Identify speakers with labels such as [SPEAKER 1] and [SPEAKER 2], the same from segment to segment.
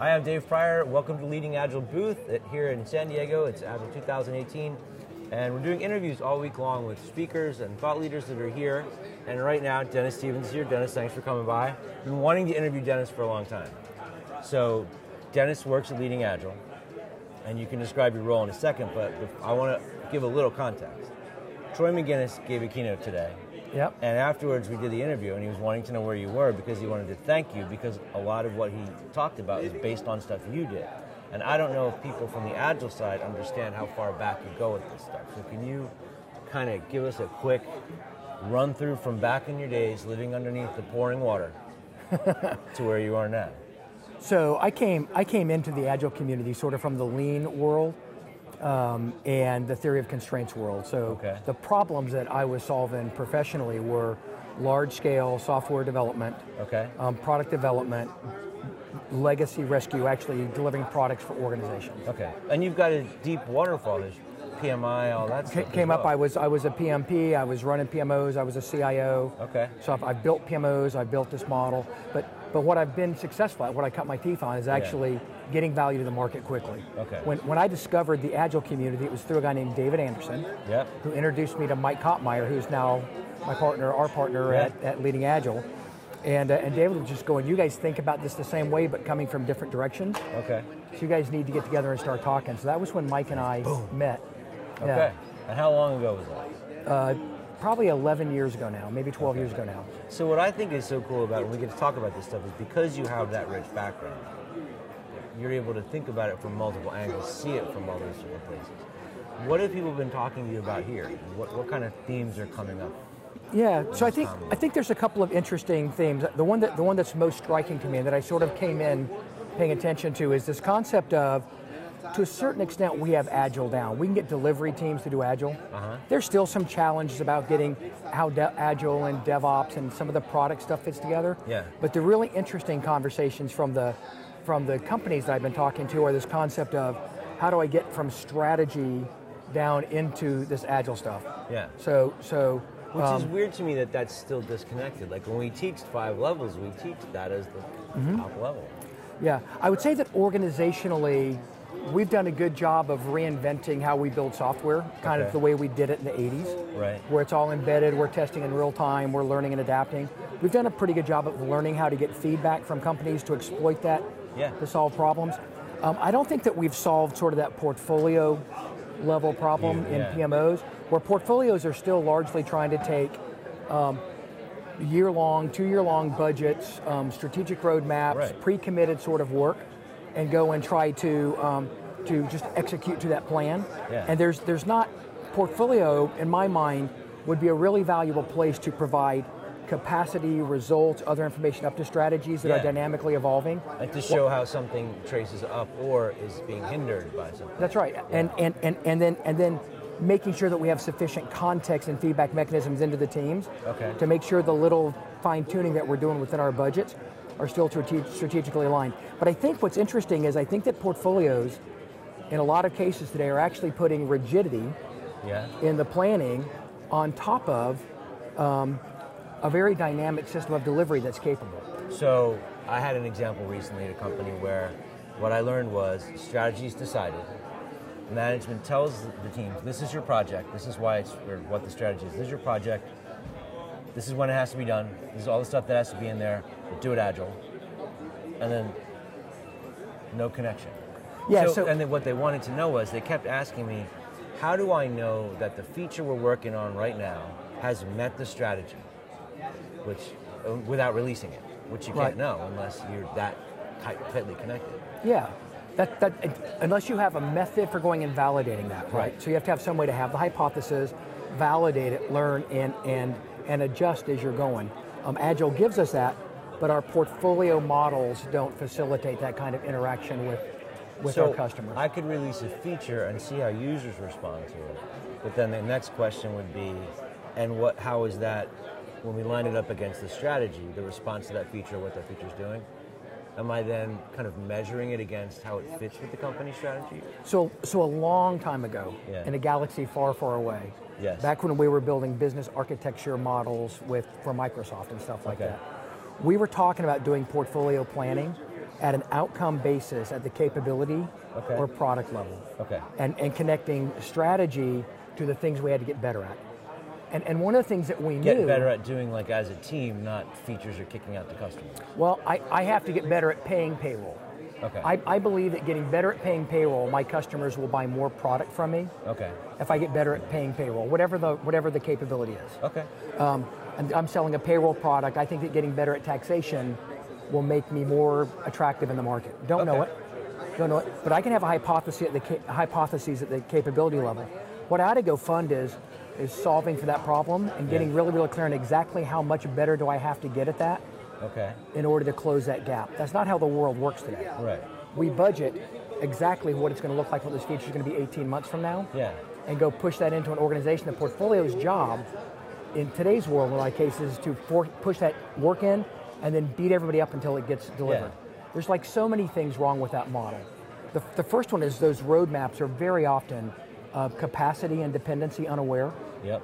[SPEAKER 1] Hi, I'm Dave Pryor. Welcome to Leading Agile Booth at, here in San Diego. It's Agile 2018, and we're doing interviews all week long with speakers and thought leaders that are here. And right now, Dennis Stevens is here. Dennis, thanks for coming by. I've been wanting to interview Dennis for a long time. So, Dennis works at Leading Agile, and you can describe your role in a second, but I want to give a little context. Troy McGinnis gave a keynote today,
[SPEAKER 2] Yep.
[SPEAKER 1] and afterwards, we did the interview, and he was wanting to know where you were because he wanted to thank you because a lot of what he talked about is based on stuff you did. And I don't know if people from the Agile side understand how far back you go with this stuff. So can you kind of give us a quick run through from back in your days living underneath the pouring water to where you are now?
[SPEAKER 2] So I came I came into the agile community sort of from the lean world um, and the theory of constraints world. So
[SPEAKER 1] Okay.
[SPEAKER 2] the problems that I was solving professionally were large scale software development,
[SPEAKER 1] Okay?
[SPEAKER 2] um, product development, legacy rescue, actually delivering products for organizations.
[SPEAKER 1] Okay. And you've got a deep waterfall. There's PMI, all that
[SPEAKER 2] Ca-
[SPEAKER 1] stuff. as
[SPEAKER 2] Came up.
[SPEAKER 1] well.
[SPEAKER 2] I was I was a PMP. I was running PMOs. I was a CIO.
[SPEAKER 1] Okay.
[SPEAKER 2] So I've, I've built PMOs. I've built this model. But but what I've been successful at, what I cut my teeth on, is actually getting value to the market quickly.
[SPEAKER 1] Okay.
[SPEAKER 2] When when I discovered the agile community, it was through a guy named David Anderson,
[SPEAKER 1] Yep.
[SPEAKER 2] who introduced me to Mike Kottmeyer, who's now my partner, our partner
[SPEAKER 1] Yeah.
[SPEAKER 2] at, at Leading Agile. And, uh, and David was just going, you guys think about this the same way, but coming from different directions.
[SPEAKER 1] Okay.
[SPEAKER 2] So you guys need to get together and start talking. So that was when Mike and I met. uh,
[SPEAKER 1] Okay. And how long ago was that?
[SPEAKER 2] probably 11 years ago now, maybe 12 years ago now.
[SPEAKER 1] So what I think is so cool about when we get to talk about this stuff is because you have that rich background, you're able to think about it from multiple angles, see it from all those different places. What have people been talking to you about here? What, what kind of themes are coming up?
[SPEAKER 2] Yeah, so I think I think there's a couple of interesting themes. The one that the one that's most striking to me and that I sort of came in paying attention to is this concept of to a certain extent we have agile down. We can get delivery teams to do agile. There's still some challenges about getting how de- agile and DevOps and some of the product stuff fits together.
[SPEAKER 1] Yeah.
[SPEAKER 2] But the really interesting conversations from the from the companies that I've been talking to are this concept of how do I get from strategy down into this agile stuff.
[SPEAKER 1] Yeah.
[SPEAKER 2] So um, so
[SPEAKER 1] Which is weird to me that that's still disconnected. Like when we teach five levels, we teach that as the
[SPEAKER 2] Mm-hmm.
[SPEAKER 1] top level.
[SPEAKER 2] Yeah, I would say that organizationally, we've done a good job of reinventing how we build software, kind
[SPEAKER 1] Okay.
[SPEAKER 2] of the way we did it in the 80s.
[SPEAKER 1] Right.
[SPEAKER 2] Where it's all embedded, we're testing in real time, we're learning and adapting. We've done a pretty good job of learning how to get feedback from companies to exploit that
[SPEAKER 1] Yeah.
[SPEAKER 2] to solve problems. Um, I don't think that we've solved sort of that portfolio level problem
[SPEAKER 1] Yeah.
[SPEAKER 2] in PMOs, where portfolios are still largely trying to take year long, two year long budgets, um, strategic roadmaps,
[SPEAKER 1] Right.
[SPEAKER 2] pre committed sort of work, and go and try to um, to just execute to that plan.
[SPEAKER 1] Yeah.
[SPEAKER 2] And there's there's not portfolio in my mind would be a really valuable place to provide capacity, results, other information up to strategies that
[SPEAKER 1] Yeah.
[SPEAKER 2] are dynamically evolving.
[SPEAKER 1] Like to show how something traces up or is being hindered by something.
[SPEAKER 2] That's right. And, and, and, and then and then making sure that we have sufficient context and feedback mechanisms into the teams
[SPEAKER 1] Okay.
[SPEAKER 2] to make sure the little fine tuning that we're doing within our budgets are still strate- strategically aligned. But I think what's interesting is I think that portfolios in a lot of cases today are actually putting rigidity
[SPEAKER 1] Yeah.
[SPEAKER 2] in the planning on top of um, a very dynamic system of delivery that's capable.
[SPEAKER 1] So I had an example recently at a company where what I learned was strategy is decided. Management tells the teams, this is your project, this is why it's or what the strategy is, this is your project, this is when it has to be done, this is all the stuff that has to be in there, but do it agile. And then no connection.
[SPEAKER 2] Yeah, so-
[SPEAKER 1] and then what they wanted to know was they kept asking me, how do I know that the feature we're working on right now has met the strategy? which uh, without releasing it, which you can't
[SPEAKER 2] Right.
[SPEAKER 1] know unless you're that tight, tightly connected.
[SPEAKER 2] Yeah. That, that, unless you have a method for going and validating that, right?
[SPEAKER 1] Right.
[SPEAKER 2] So you have to have some way to have the hypothesis, validate it, learn, and, and, and adjust as you're going. Um, Agile gives us that, but our portfolio models don't facilitate that kind of interaction with, with
[SPEAKER 1] so
[SPEAKER 2] our customers.
[SPEAKER 1] I could release a feature and see how users respond to it, but then the next question would be, and what? How is that when we line it up against the strategy, the response to that feature, what that feature's doing? Am I then kind of measuring it against how it fits with the company strategy?
[SPEAKER 2] So, so a long time ago,
[SPEAKER 1] Yeah.
[SPEAKER 2] in a galaxy far, far away,
[SPEAKER 1] Yes.
[SPEAKER 2] back when we were building business architecture models with for Microsoft and stuff like
[SPEAKER 1] Okay.
[SPEAKER 2] that, we were talking about doing portfolio planning at an outcome basis at the capability
[SPEAKER 1] Okay. Oh.
[SPEAKER 2] or product level.
[SPEAKER 1] Okay.
[SPEAKER 2] And, and connecting strategy to the things we had to get better at. And, and one of the things that we
[SPEAKER 1] Get
[SPEAKER 2] knew
[SPEAKER 1] better at doing like as a team, not features you're kicking out to customers.
[SPEAKER 2] well, I, I have to get better at paying payroll.
[SPEAKER 1] Okay.
[SPEAKER 2] I, I believe that getting better at paying payroll, my customers will buy more product from me
[SPEAKER 1] Okay.
[SPEAKER 2] if I get better at paying payroll, whatever the whatever the capability is.
[SPEAKER 1] Okay.
[SPEAKER 2] Um, and I'm selling a payroll product. I think that getting better at taxation will make me more attractive in the market. Don't know
[SPEAKER 1] Okay.
[SPEAKER 2] it. Don't know it. But I can have a hypothesis at the ca- hypotheses at the capability level. What I had to go fund is is solving for that problem and getting really really clear on exactly how much better do I have to get at that
[SPEAKER 1] Okay.
[SPEAKER 2] in order to close that gap. That's not how the world works today.
[SPEAKER 1] Right.
[SPEAKER 2] We budget exactly what it's going to look like, what this feature is going to be 18 months from now
[SPEAKER 1] Yeah.
[SPEAKER 2] and go push that into an organization. The portfolio's job in today's world, in a lot of cases, is to for, push that work in and then beat everybody up until it gets delivered. There's like so many things wrong with that model. The, the first one is those roadmaps are very often uh, capacity and dependency unaware.
[SPEAKER 1] Yep.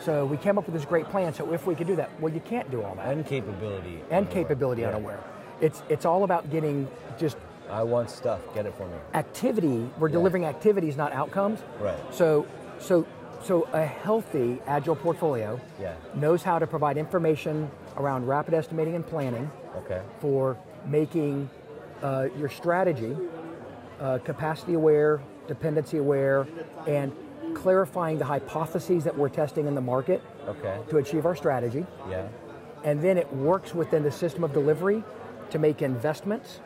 [SPEAKER 2] So we came up with this great plan. So if we could do that, well, you can't do all that.
[SPEAKER 1] And capability.
[SPEAKER 2] And capability
[SPEAKER 1] Yeah.
[SPEAKER 2] unaware. It's it's all about getting just
[SPEAKER 1] I want stuff. Get it for me.
[SPEAKER 2] activity we're delivering activities not outcomes
[SPEAKER 1] Right.
[SPEAKER 2] so so so a healthy agile portfolio
[SPEAKER 1] Yeah.
[SPEAKER 2] knows how to provide information around rapid estimating and planning
[SPEAKER 1] Okay.
[SPEAKER 2] for making uh, your strategy uh, capacity aware dependency aware and clarifying the hypotheses that we're testing in the market
[SPEAKER 1] Okay.
[SPEAKER 2] to achieve our strategy
[SPEAKER 1] Yeah.
[SPEAKER 2] and then it works within the system of delivery to make investments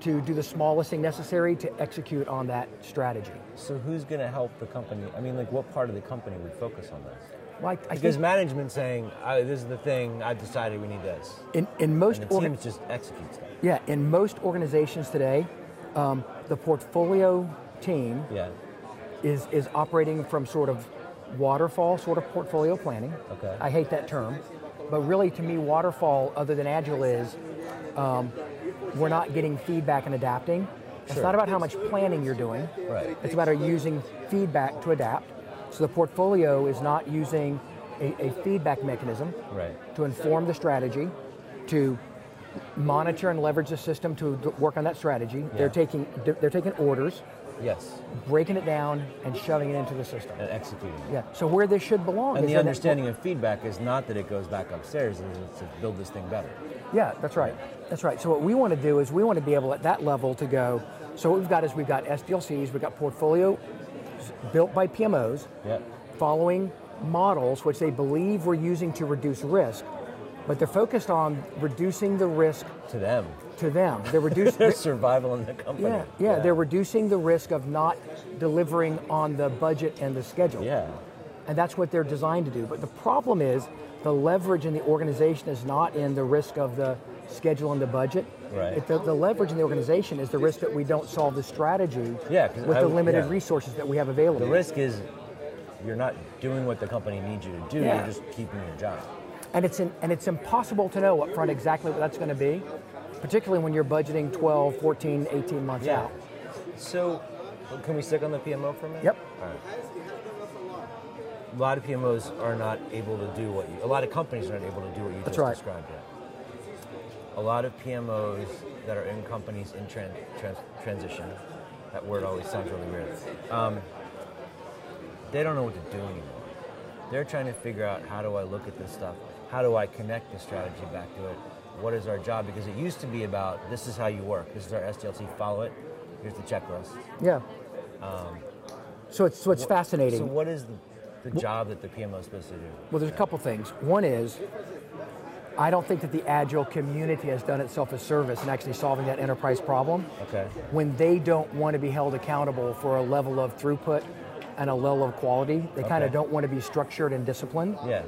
[SPEAKER 2] to do the smallest thing necessary to execute on that strategy.
[SPEAKER 1] So who's going to help the company? I mean, like, what part of the company would focus on this?
[SPEAKER 2] Like I
[SPEAKER 1] Because
[SPEAKER 2] think
[SPEAKER 1] management saying, I, "This is the thing. I've decided we need this,"
[SPEAKER 2] in, in most
[SPEAKER 1] and the
[SPEAKER 2] orga-
[SPEAKER 1] team just executes that.
[SPEAKER 2] yeah in most organizations today, um, the portfolio team
[SPEAKER 1] Yeah.
[SPEAKER 2] is is operating from sort of waterfall sort of portfolio planning.
[SPEAKER 1] Okay.
[SPEAKER 2] I hate that term, but really to me waterfall other than agile is um, we're not getting feedback and adapting. It's
[SPEAKER 1] Sure.
[SPEAKER 2] not about how much planning you're doing.
[SPEAKER 1] Right.
[SPEAKER 2] It's about using feedback to adapt. So the portfolio is not using a, a feedback mechanism
[SPEAKER 1] Right.
[SPEAKER 2] to inform the strategy, to monitor and leverage the system to d- work on that strategy. They're
[SPEAKER 1] Yeah.
[SPEAKER 2] taking they're taking orders
[SPEAKER 1] Yes.
[SPEAKER 2] breaking it down and shoving it into the system.
[SPEAKER 1] And executing. it.
[SPEAKER 2] Yeah. So where this should belong
[SPEAKER 1] And
[SPEAKER 2] is
[SPEAKER 1] the
[SPEAKER 2] in that-
[SPEAKER 1] understanding of feedback is not that it goes back upstairs, and it's to build this thing better.
[SPEAKER 2] Yeah, that's right. That's right. So what we want to do is we want to be able at that level to go. So what we've got is we've got SDLCs, we've got portfolio s- built by PMOs,
[SPEAKER 1] Yep.
[SPEAKER 2] following models which they believe we're using to reduce risk, but they're focused on reducing the risk
[SPEAKER 1] To them,
[SPEAKER 2] to them. They're reducing.
[SPEAKER 1] there's survival in the company.
[SPEAKER 2] yeah, yeah, they're reducing the risk of not delivering on the budget and the schedule.
[SPEAKER 1] Yeah.
[SPEAKER 2] And that's what they're designed to do. But the problem is the leverage in the organization is not in the risk of the schedule and the budget.
[SPEAKER 1] Right.
[SPEAKER 2] It- the, the leverage in the organization is the risk that we don't solve the strategy
[SPEAKER 1] Yeah, 'cause
[SPEAKER 2] with
[SPEAKER 1] I
[SPEAKER 2] the
[SPEAKER 1] would-
[SPEAKER 2] limited
[SPEAKER 1] yeah.
[SPEAKER 2] resources that we have available.
[SPEAKER 1] The risk is you're not doing what the company needs you to do.
[SPEAKER 2] Yeah.
[SPEAKER 1] You're just keeping your job.
[SPEAKER 2] And it's, in, and it's impossible to know up front exactly what that's going to be, particularly when you're budgeting 12, 14, 18 months out.
[SPEAKER 1] So, can we stick on the PMO for a minute?
[SPEAKER 2] Yep.
[SPEAKER 1] All right. A lot of PMOs are not able to do what you. A lot of companies are not able to do what you
[SPEAKER 2] That's
[SPEAKER 1] just
[SPEAKER 2] right.
[SPEAKER 1] described yet. A lot of PMOs that are in companies in tran- trans- transition. That word always sounds really weird. Um, they don't know what to do anymore. They're trying to figure out how do I look at this stuff? How do I connect the strategy back to it? What is our job? Because it used to be about this is how you work. This is our SDLC. Follow it. Here's the checklist.
[SPEAKER 2] Yeah. so it's, so it's fascinating.
[SPEAKER 1] Um, So what is the, the job that the PMO is supposed to do?
[SPEAKER 2] Well, there's a couple things. One is, I don't think that the agile community has done itself a service in actually solving that enterprise problem
[SPEAKER 1] Okay.
[SPEAKER 2] when they don't want to be held accountable for a level of throughput and a level of quality. They kind
[SPEAKER 1] Okay.
[SPEAKER 2] of don't want to be structured and disciplined.
[SPEAKER 1] Yeah.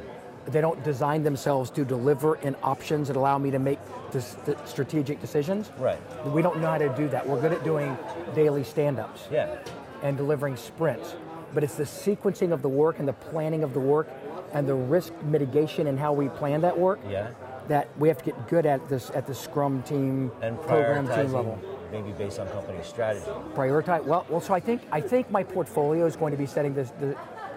[SPEAKER 2] They don't design themselves to deliver in options that allow me to make dis- th- strategic decisions.
[SPEAKER 1] Right.
[SPEAKER 2] We don't know how to do that. We're good at doing daily stand-ups
[SPEAKER 1] Yeah.
[SPEAKER 2] and delivering sprints. But it's the sequencing of the work and the planning of the work and the risk mitigation and how we plan that work
[SPEAKER 1] Yeah.
[SPEAKER 2] that we have to get good at this at the scrum team
[SPEAKER 1] And
[SPEAKER 2] program team
[SPEAKER 1] prioritizing
[SPEAKER 2] level.
[SPEAKER 1] maybe based on company strategy.
[SPEAKER 2] Prioritize well well so I think I think my portfolio is going to be setting this the,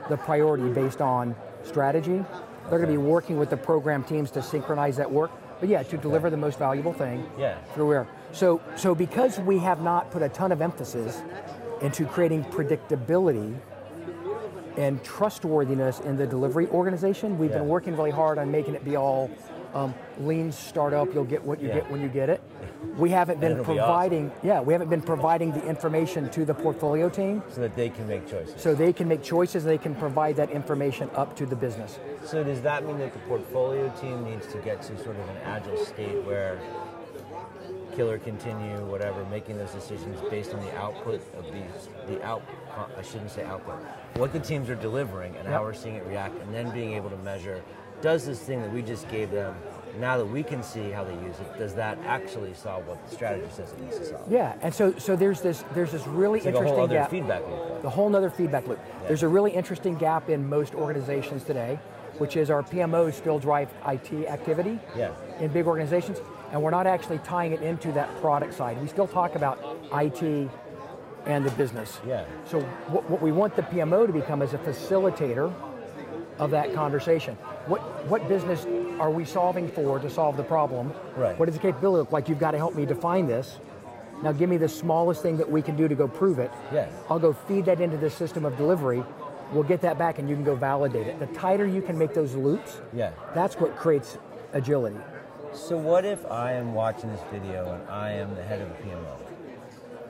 [SPEAKER 2] the priority based on strategy. They're going to be working with the program teams to synchronize that work. But yeah, to deliver the most valuable thing
[SPEAKER 1] Yeah.
[SPEAKER 2] through where. So, so because we have not put a ton of emphasis into creating predictability and trustworthiness in the delivery organization, we've been
[SPEAKER 1] Yeah.
[SPEAKER 2] working really hard on making it be all um, lean startup. You'll get what you
[SPEAKER 1] Yeah.
[SPEAKER 2] get when you get it. We haven't been
[SPEAKER 1] it'll be
[SPEAKER 2] providing, yeah, we haven't been providing the information to the portfolio team
[SPEAKER 1] so that they can make choices.
[SPEAKER 2] so they can make choices and they can provide that information up to the business.
[SPEAKER 1] So does that mean that the portfolio team needs to get to sort of an agile state where killer continue whatever making those decisions based on the output of these the out I shouldn't say output what the teams are delivering and how
[SPEAKER 2] Yep.
[SPEAKER 1] we're seeing it react and then being able to measure does this thing that we just gave them now that we can see how they use it does that actually solve what the strategy says it needs to solve
[SPEAKER 2] Yeah, and so so there's this there's this really
[SPEAKER 1] it's like a
[SPEAKER 2] interesting
[SPEAKER 1] whole other
[SPEAKER 2] gap.
[SPEAKER 1] feedback loop
[SPEAKER 2] the whole nother feedback loop. There's a really interesting gap in most organizations today, which is our PMOs still drive IT activity
[SPEAKER 1] Yeah.
[SPEAKER 2] in big organizations, and we're not actually tying it into that product side. We still talk about IT and the business.
[SPEAKER 1] Yeah.
[SPEAKER 2] So what, what we want the PMO to become is a facilitator of that conversation. What what business are we solving for to solve the problem?
[SPEAKER 1] Right.
[SPEAKER 2] What does the capability look like? You've got to help me define this. Now give me the smallest thing that we can do to go prove it.
[SPEAKER 1] Yeah.
[SPEAKER 2] I'll go feed that into the system of delivery. We'll get that back and you can go validate it. The tighter you can make those loops,
[SPEAKER 1] yeah
[SPEAKER 2] that's what creates agility.
[SPEAKER 1] So what if I am watching this video and I am the head of a PMO,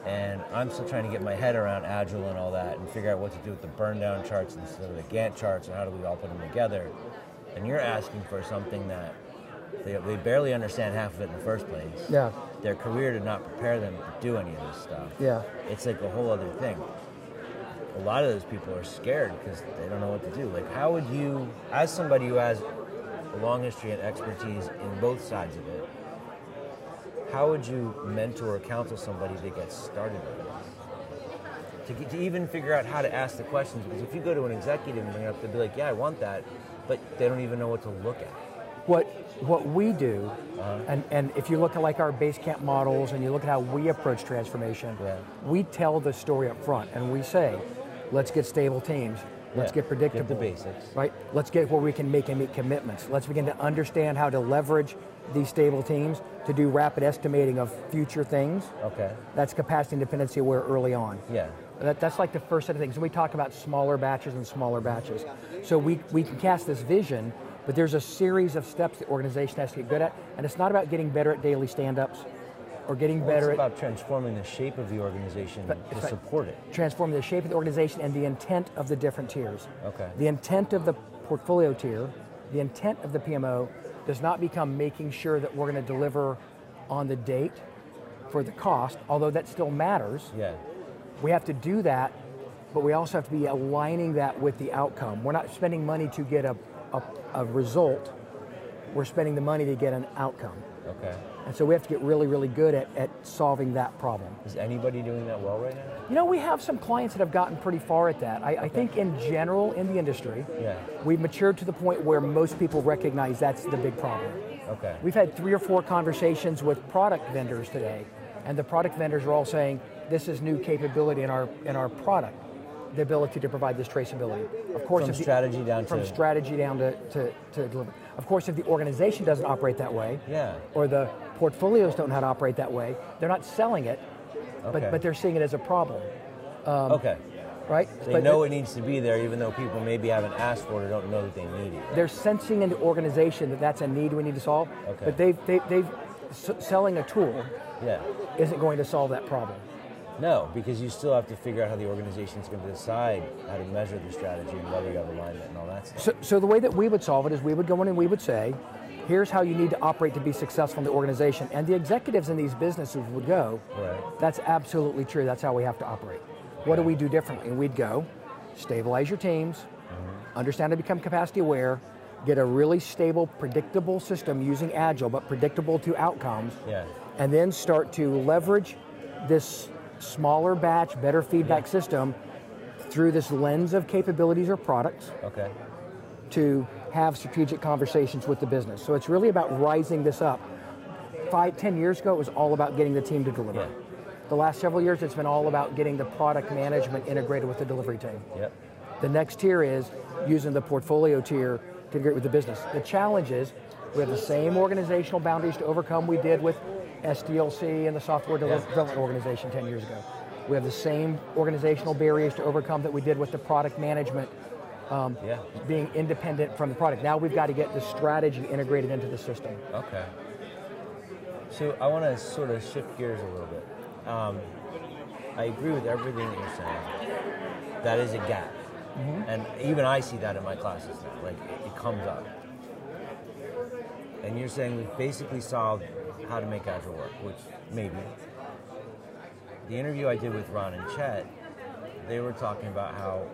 [SPEAKER 1] and I'm still trying to get my head around Agile and all that, and figure out what to do with the burn down charts instead of the Gantt charts, and how do we all put them together? And you're asking for something that they, they barely understand half of it in the first place.
[SPEAKER 2] Yeah.
[SPEAKER 1] Their career did not prepare them to do any of this stuff.
[SPEAKER 2] Yeah.
[SPEAKER 1] It's like a whole other thing. A lot of those people are scared because they don't know what to do. Like, how would you, as somebody who has a long history and expertise in both sides of it, how would you mentor or counsel somebody to get started on this? To, get, to even figure out how to ask the questions, because if you go to an executive and bring it up, they'll be like, "Yeah, I want that," but they don't even know what to look at.
[SPEAKER 2] What what we do, and, and if you look at like our base camp models and you look at how we approach transformation,
[SPEAKER 1] Yeah.
[SPEAKER 2] we tell the story up front and we say, let's get stable teams, let's
[SPEAKER 1] Yeah,
[SPEAKER 2] get predictable.
[SPEAKER 1] get the basics.
[SPEAKER 2] Right? Let's get where we can make and meet commitments. Let's begin to understand how to leverage these stable teams to do rapid estimating of future things.
[SPEAKER 1] Okay.
[SPEAKER 2] That's capacity and dependency aware early on.
[SPEAKER 1] Yeah.
[SPEAKER 2] That, that's like the first set of things. And we talk about smaller batches and smaller batches. So we, we can cast this vision, but there's a series of steps the organization has to get good at. And it's not about getting better at daily stand ups or getting
[SPEAKER 1] It's
[SPEAKER 2] better at
[SPEAKER 1] about transforming the shape of the organization
[SPEAKER 2] But-
[SPEAKER 1] to
[SPEAKER 2] but-
[SPEAKER 1] support it.
[SPEAKER 2] transforming the shape of the organization and the intent of the different tiers.
[SPEAKER 1] Okay.
[SPEAKER 2] The intent of the portfolio tier, the intent of the PMO does not become making sure that we're going to deliver on the date for the cost, although that still matters.
[SPEAKER 1] Yeah.
[SPEAKER 2] We have to do that, but we also have to be aligning that with the outcome. We're not spending money to get a, a, a result, we're spending the money to get an outcome.
[SPEAKER 1] Okay.
[SPEAKER 2] And so we have to get really, really good at, at solving that problem.
[SPEAKER 1] Is anybody doing that well right now?
[SPEAKER 2] You know, we have some clients that have gotten pretty far at that. I, I think in general in the industry,
[SPEAKER 1] Yeah.
[SPEAKER 2] we've matured to the point where most people recognize that's the big problem.
[SPEAKER 1] Okay.
[SPEAKER 2] We've had three or four conversations with product vendors today, and the product vendors are all saying this is new capability in our in our product, the ability to provide this traceability. Of course,
[SPEAKER 1] From
[SPEAKER 2] if the-
[SPEAKER 1] strategy down
[SPEAKER 2] from
[SPEAKER 1] to-
[SPEAKER 2] strategy down to, to, to deliver. Of course, if the organization doesn't operate that way,
[SPEAKER 1] Yeah.
[SPEAKER 2] or the portfolios don't know how to operate that way, they're not selling it,
[SPEAKER 1] Okay.
[SPEAKER 2] but, but they're seeing it as a problem,
[SPEAKER 1] okay.
[SPEAKER 2] right?
[SPEAKER 1] They
[SPEAKER 2] But-
[SPEAKER 1] know it needs to be there, even though people maybe haven't asked for it or don't know that they need it.
[SPEAKER 2] they're sensing in the organization that that's a need we need to solve.
[SPEAKER 1] Okay.
[SPEAKER 2] But they've, they, they've s- selling a tool
[SPEAKER 1] Yeah.
[SPEAKER 2] isn't going to solve that problem.
[SPEAKER 1] No, because you still have to figure out how the organization's going to decide how to measure the strategy and whether you have alignment and all that stuff.
[SPEAKER 2] So, so the way that we would solve it is we would go in and we would say, here's how you need to operate to be successful in the organization. And the executives in these businesses would go,
[SPEAKER 1] Right.
[SPEAKER 2] that's absolutely true. That's how we have to operate. What do we do differently? And we'd go, stabilize your teams, understand and become capacity aware, get a really stable, predictable system using agile, but predictable to outcomes.
[SPEAKER 1] Yeah.
[SPEAKER 2] and then start to leverage this smaller batch, better feedback system through this lens of capabilities or products
[SPEAKER 1] Okay.
[SPEAKER 2] to have strategic conversations with the business. So it's really about rising this up. Five, ten years ago, it was all about getting the team to deliver.
[SPEAKER 1] Yeah.
[SPEAKER 2] The last several years, it's been all about getting the product management integrated with the delivery team.
[SPEAKER 1] Yep.
[SPEAKER 2] The next tier is using the portfolio tier to integrate with the business. The challenge is we have the same organizational boundaries to overcome we did with SDLC and the software
[SPEAKER 1] Yeah.
[SPEAKER 2] development organization 10 years ago. We have the same organizational barriers to overcome that we did with the product management
[SPEAKER 1] Yeah.
[SPEAKER 2] being independent from the product. Now we've got to get the strategy integrated into the system.
[SPEAKER 1] Okay. So I want to sort of shift gears a little bit. Um, I agree with everything that you're saying. That is a gap, and even I see that in my classes now. Like it, it comes up, and you're saying we've basically solved how to make agile work, which maybe. The interview I did with Ron and Chet, they were talking about how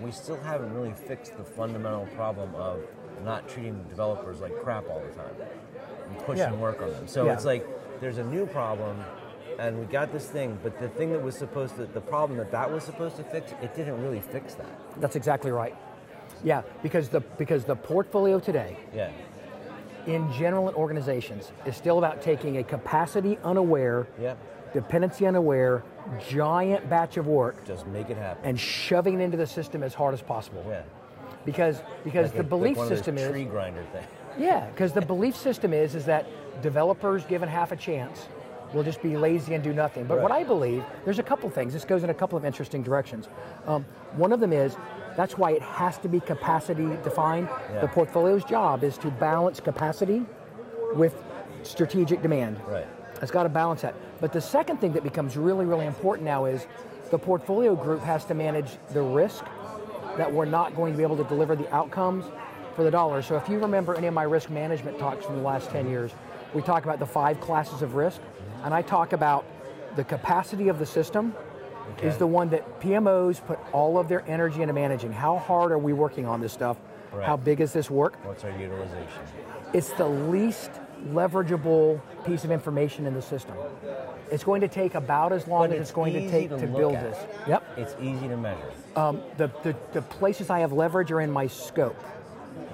[SPEAKER 1] we still haven't really fixed the fundamental problem of not treating developers like crap all the time and pushing
[SPEAKER 2] Yeah.
[SPEAKER 1] work on them. So
[SPEAKER 2] Yeah.
[SPEAKER 1] it's like there's a new problem and we got this thing, but the thing that was supposed to, the problem that that was supposed to fix, it didn't really fix that.
[SPEAKER 2] That's exactly right. Yeah, because the because the portfolio today
[SPEAKER 1] Yeah.
[SPEAKER 2] in general in organizations is still about taking a capacity unaware,
[SPEAKER 1] Yep.
[SPEAKER 2] dependency unaware, giant batch of work
[SPEAKER 1] Just make it happen.
[SPEAKER 2] and shoving it into the system as hard as possible.
[SPEAKER 1] yeah.
[SPEAKER 2] Because because
[SPEAKER 1] Like a-
[SPEAKER 2] the
[SPEAKER 1] like
[SPEAKER 2] belief
[SPEAKER 1] one of those
[SPEAKER 2] system
[SPEAKER 1] tree
[SPEAKER 2] is
[SPEAKER 1] grinder thing.
[SPEAKER 2] yeah, because the belief system is is that developers given half a chance will just be lazy and do nothing. But what
[SPEAKER 1] Right.
[SPEAKER 2] I believe, there's a couple things. This goes in a couple of interesting directions. Um, one of them is that's why it has to be capacity defined.
[SPEAKER 1] Yeah.
[SPEAKER 2] The portfolio's job is to balance capacity with strategic demand.
[SPEAKER 1] Right.
[SPEAKER 2] It's got to balance that. But the second thing that becomes really, really important now is the portfolio group has to manage the risk that we're not going to be able to deliver the outcomes for the dollar. So if you remember any of my risk management talks from the last 10 years, we talk about the five classes of risk, and I talk about the capacity of the system is
[SPEAKER 1] Okay.
[SPEAKER 2] the one that PMOs put all of their energy into managing. How hard are we working on this stuff?
[SPEAKER 1] Right.
[SPEAKER 2] How big is this work?
[SPEAKER 1] What's our utilization?
[SPEAKER 2] It's the least leverageable piece of information in the system. It's going to take about as long
[SPEAKER 1] But
[SPEAKER 2] as
[SPEAKER 1] it's
[SPEAKER 2] it's going to
[SPEAKER 1] easy
[SPEAKER 2] take
[SPEAKER 1] to
[SPEAKER 2] to,
[SPEAKER 1] look
[SPEAKER 2] build
[SPEAKER 1] at.
[SPEAKER 2] this. Yep.
[SPEAKER 1] It's easy to measure.
[SPEAKER 2] Um, the, the, the places I have leverage are in my scope.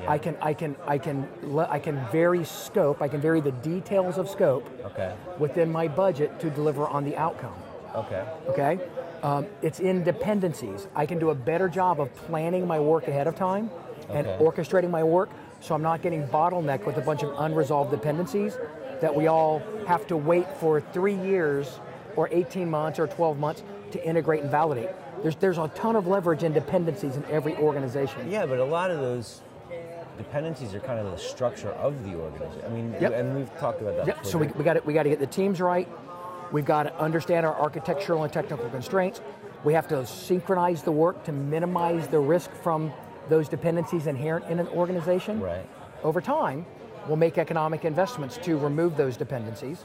[SPEAKER 2] I can I can I can le- I can vary scope. I can vary the details of scope
[SPEAKER 1] Okay.
[SPEAKER 2] within my budget to deliver on the outcome.
[SPEAKER 1] Okay.
[SPEAKER 2] Okay. Um, it's in dependencies. I can do a better job of planning my work ahead of time and
[SPEAKER 1] Okay.
[SPEAKER 2] orchestrating my work so I'm not getting bottlenecked with a bunch of unresolved dependencies that we all have to wait for three years or 18 months or 12 months to integrate and validate. There's, there's a ton of leverage in dependencies in every organization.
[SPEAKER 1] Yeah, but a lot of those dependencies are kind of the structure of the organization. I mean,
[SPEAKER 2] Yep.
[SPEAKER 1] and we've talked about that.
[SPEAKER 2] Yeah,
[SPEAKER 1] before.
[SPEAKER 2] so we, we got to we got to get the teams right. We've got to understand our architectural and technical constraints. We have to synchronize the work to minimize the risk from those dependencies inherent in an organization.
[SPEAKER 1] Right.
[SPEAKER 2] Over time, we'll make economic investments to remove those dependencies.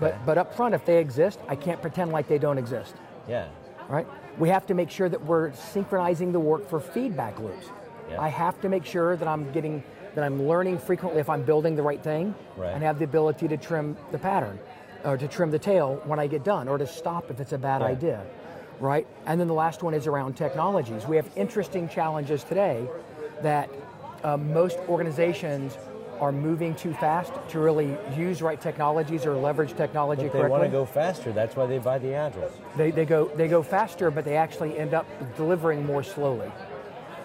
[SPEAKER 2] But but up front, if they exist, I can't pretend like they don't exist.
[SPEAKER 1] yeah,
[SPEAKER 2] Right? We have to make sure that we're synchronizing the work for feedback loops.
[SPEAKER 1] Yeah.
[SPEAKER 2] I have to make sure that I'm getting that I'm learning frequently if I'm building the right thing
[SPEAKER 1] Right.
[SPEAKER 2] and have the ability to trim the pattern or to trim the tail when I get done or to stop if it's a bad
[SPEAKER 1] Right.
[SPEAKER 2] idea. Right? And then the last one is around technologies. We have interesting challenges today that uh, most organizations are moving too fast to really use right technologies or leverage technology
[SPEAKER 1] If they
[SPEAKER 2] correctly
[SPEAKER 1] want to go faster. That's why they buy the agile.
[SPEAKER 2] they, they go they go faster, but they actually end up delivering more slowly.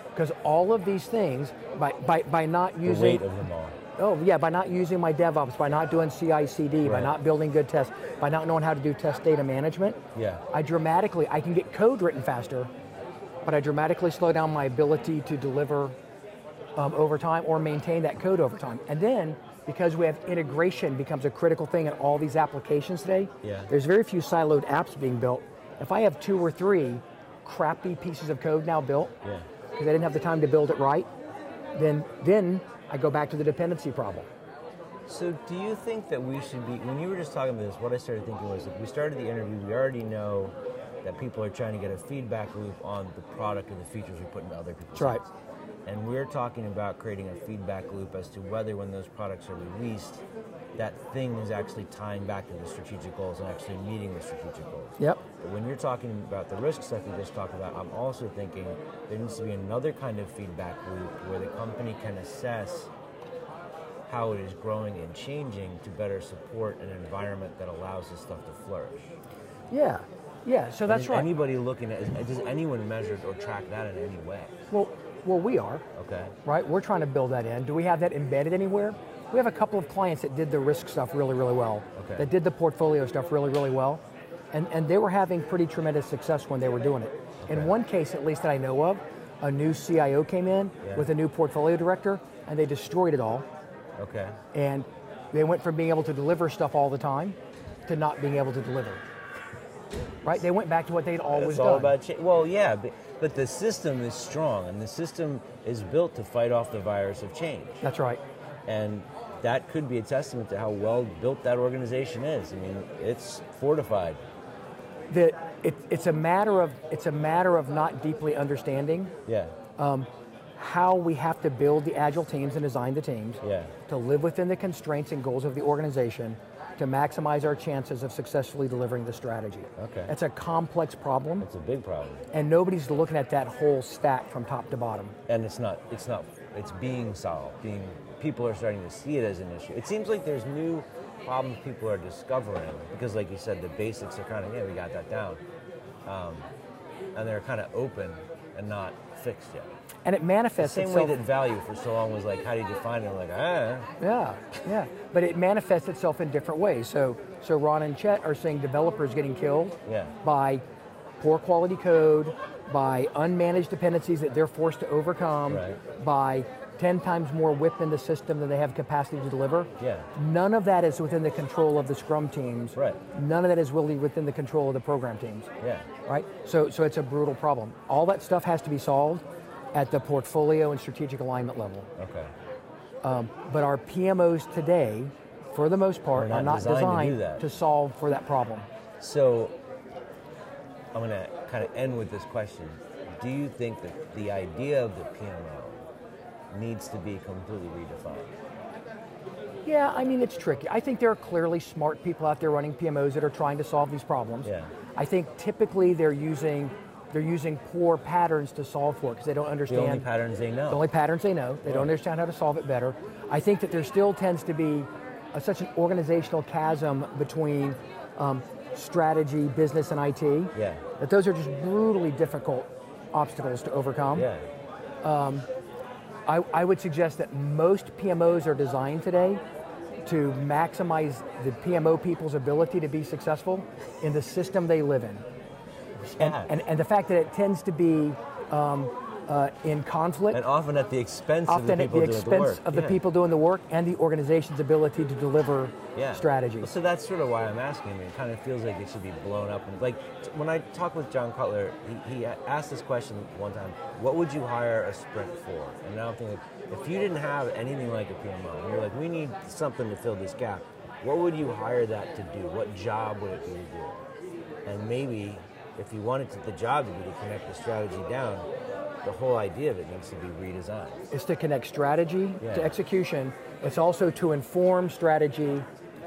[SPEAKER 2] Because all of these things, by, by, by not
[SPEAKER 1] The weight
[SPEAKER 2] using,
[SPEAKER 1] of them all.
[SPEAKER 2] oh yeah, by not using my DevOps, by not doing CI/CD, by
[SPEAKER 1] Right.
[SPEAKER 2] not building good tests, by not knowing how to do test data management,
[SPEAKER 1] Yeah.
[SPEAKER 2] I dramatically I can get code written faster, but I dramatically slow down my ability to deliver um, over time or maintain that code over time. And then because we have integration becomes a critical thing in all these applications today.
[SPEAKER 1] Yeah.
[SPEAKER 2] There's very few siloed apps being built. If I have two or three crappy pieces of code now built
[SPEAKER 1] Yeah.
[SPEAKER 2] because I didn't have the time to build it right, then then I go back to the dependency problem.
[SPEAKER 1] So, do you think that we should be? When you were just talking about this, what I started thinking was, if we started the interview, we already know that people are trying to get a feedback loop on the product and the features we put into other people's
[SPEAKER 2] That's right.
[SPEAKER 1] hands. And we're talking about creating a feedback loop as to whether, when those products are released, that thing is actually tying back to the strategic goals and actually meeting the strategic goals.
[SPEAKER 2] Yep.
[SPEAKER 1] But when you're talking about the risk stuff you just talked about, I'm also thinking there needs to be another kind of feedback loop where the company can assess how it is growing and changing to better support an environment that allows this stuff to flourish.
[SPEAKER 2] Yeah. Yeah. So that's
[SPEAKER 1] is
[SPEAKER 2] right.
[SPEAKER 1] Anybody looking at is- does anyone measure or track that in any way?
[SPEAKER 2] well, well, we are.
[SPEAKER 1] Okay.
[SPEAKER 2] right? We're trying to build that in. Do we have that embedded anywhere? We have a couple of clients that did the risk stuff really, really well.
[SPEAKER 1] Okay.
[SPEAKER 2] that did the portfolio stuff really, really well. And, and they were having pretty tremendous success when they were doing it. In one case, at least that I know of, a new CIO came in
[SPEAKER 1] Yeah.
[SPEAKER 2] with a new portfolio director and they destroyed it all.
[SPEAKER 1] Okay.
[SPEAKER 2] And they went from being able to deliver stuff all the time to not being able to deliver. Right? They went back to what they'd always
[SPEAKER 1] It's all
[SPEAKER 2] done.
[SPEAKER 1] about change. Well, yeah, but, but the system is strong, and the system is built to fight off the virus of change.
[SPEAKER 2] That's right.
[SPEAKER 1] And that could be a testament to how well built that organization is. I mean, it's fortified.
[SPEAKER 2] That it, it's a matter of it's a matter of not deeply understanding
[SPEAKER 1] Yeah.
[SPEAKER 2] how we have to build the agile teams and design the teams
[SPEAKER 1] Yeah.
[SPEAKER 2] to live within the constraints and goals of the organization to maximize our chances of successfully delivering the strategy.
[SPEAKER 1] Okay.
[SPEAKER 2] That's a complex problem
[SPEAKER 1] It's a big problem.
[SPEAKER 2] and nobody's looking at that whole stack from top to bottom.
[SPEAKER 1] and it's not it's not it's being solved being people are starting to see it as an issue it seems like there's new problems people are discovering because like you said the basics are kind of yeah we got that down um, and they're kind of open and not fixed yet
[SPEAKER 2] And it
[SPEAKER 1] the
[SPEAKER 2] manifests
[SPEAKER 1] same way
[SPEAKER 2] itself
[SPEAKER 1] that value for so long was like how do you define it like ah
[SPEAKER 2] Yeah, yeah. But it manifests itself in different ways. So, so Ron and Chet are seeing developers getting killed
[SPEAKER 1] Yeah.
[SPEAKER 2] by poor quality code, by unmanaged dependencies that they're forced to overcome,
[SPEAKER 1] Right.
[SPEAKER 2] by 10 times more whip in the system than they have capacity to deliver.
[SPEAKER 1] Yeah.
[SPEAKER 2] None of that is within the control of the scrum teams.
[SPEAKER 1] Right.
[SPEAKER 2] None of that is really within the control of the program teams
[SPEAKER 1] yeah
[SPEAKER 2] right? So, so it's a brutal problem. All that stuff has to be solved at the portfolio and strategic alignment level.
[SPEAKER 1] okay
[SPEAKER 2] But our PMOs today, for the most part,
[SPEAKER 1] They're not
[SPEAKER 2] are not
[SPEAKER 1] designed
[SPEAKER 2] designed,
[SPEAKER 1] to do that.
[SPEAKER 2] to solve for that problem.
[SPEAKER 1] so i'm going to kind of end with this question do you think that the idea of the pmo needs to be completely redefined
[SPEAKER 2] Yeah, I mean, it's tricky. I think there are clearly smart people out there running PMOs that are trying to solve these problems.
[SPEAKER 1] Yeah.
[SPEAKER 2] I think typically they're using they're using poor patterns to solve for it because they don't
[SPEAKER 1] the
[SPEAKER 2] understand
[SPEAKER 1] only patterns they know
[SPEAKER 2] the only patterns they know. They don't understand how to solve it better. I think that there still tends to be a, such an organizational chasm between um, strategy, business, and IT.
[SPEAKER 1] Yeah.
[SPEAKER 2] That those are just brutally difficult obstacles to overcome.
[SPEAKER 1] Yeah,
[SPEAKER 2] I, I would suggest that most PMOs are designed today to maximize the PMO people's ability to be successful in the system they live in.
[SPEAKER 1] yeah.
[SPEAKER 2] And, and the fact that it tends to be um, uh, in conflict
[SPEAKER 1] And often at the expense of
[SPEAKER 2] often
[SPEAKER 1] the
[SPEAKER 2] at
[SPEAKER 1] people
[SPEAKER 2] the
[SPEAKER 1] doing the
[SPEAKER 2] expense
[SPEAKER 1] work.
[SPEAKER 2] of the
[SPEAKER 1] Yeah.
[SPEAKER 2] people doing the work and the organization's ability to deliver
[SPEAKER 1] yeah.
[SPEAKER 2] strategy.
[SPEAKER 1] Well, So that's sort of why I'm asking. I mean, it kind of feels like it should be blown up. And like t- when I talked with John Cutler, he, he a- asked this question one time: What would you hire a sprint for? And now I'm thinking, if you didn't have anything like a PMO, and you're like, we need something to fill this gap. What would you hire that to do? What job would it be to do? And maybe if you wanted to, the job to be to connect the strategy down, the whole idea of it needs to be redesigned.
[SPEAKER 2] It's to connect strategy
[SPEAKER 1] Yeah.
[SPEAKER 2] to execution. It's also to inform strategy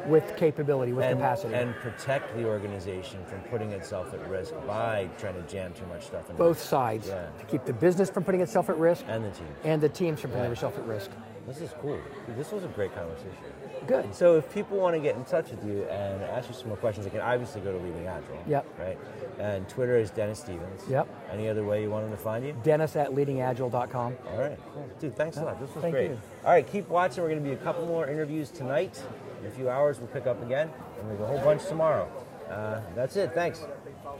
[SPEAKER 2] with capability, with
[SPEAKER 1] and,
[SPEAKER 2] capacity.
[SPEAKER 1] and protect the organization from putting itself at risk by trying to jam too much stuff in
[SPEAKER 2] both sides
[SPEAKER 1] Yeah.
[SPEAKER 2] to keep the business from putting itself at risk
[SPEAKER 1] and the team.
[SPEAKER 2] and the teams from putting themselves at risk.
[SPEAKER 1] This is cool. Dude, This was a great conversation.
[SPEAKER 2] Good.
[SPEAKER 1] So if people want to get in touch with you and ask you some more questions, they can obviously go to Leading Agile.
[SPEAKER 2] Yep.
[SPEAKER 1] Right. And Twitter is Dennis Stevens.
[SPEAKER 2] Yep.
[SPEAKER 1] Any other way you want them to find you?
[SPEAKER 2] Dennis at leadingagile.com.
[SPEAKER 1] All right. Cool. Dude, thanks a lot. This was
[SPEAKER 2] Thank
[SPEAKER 1] great.
[SPEAKER 2] you.
[SPEAKER 1] All right. Keep watching. We're going to be a couple more interviews tonight. In a few hours, we'll pick up again, and we have a whole bunch tomorrow. Uh, that's it. Thanks.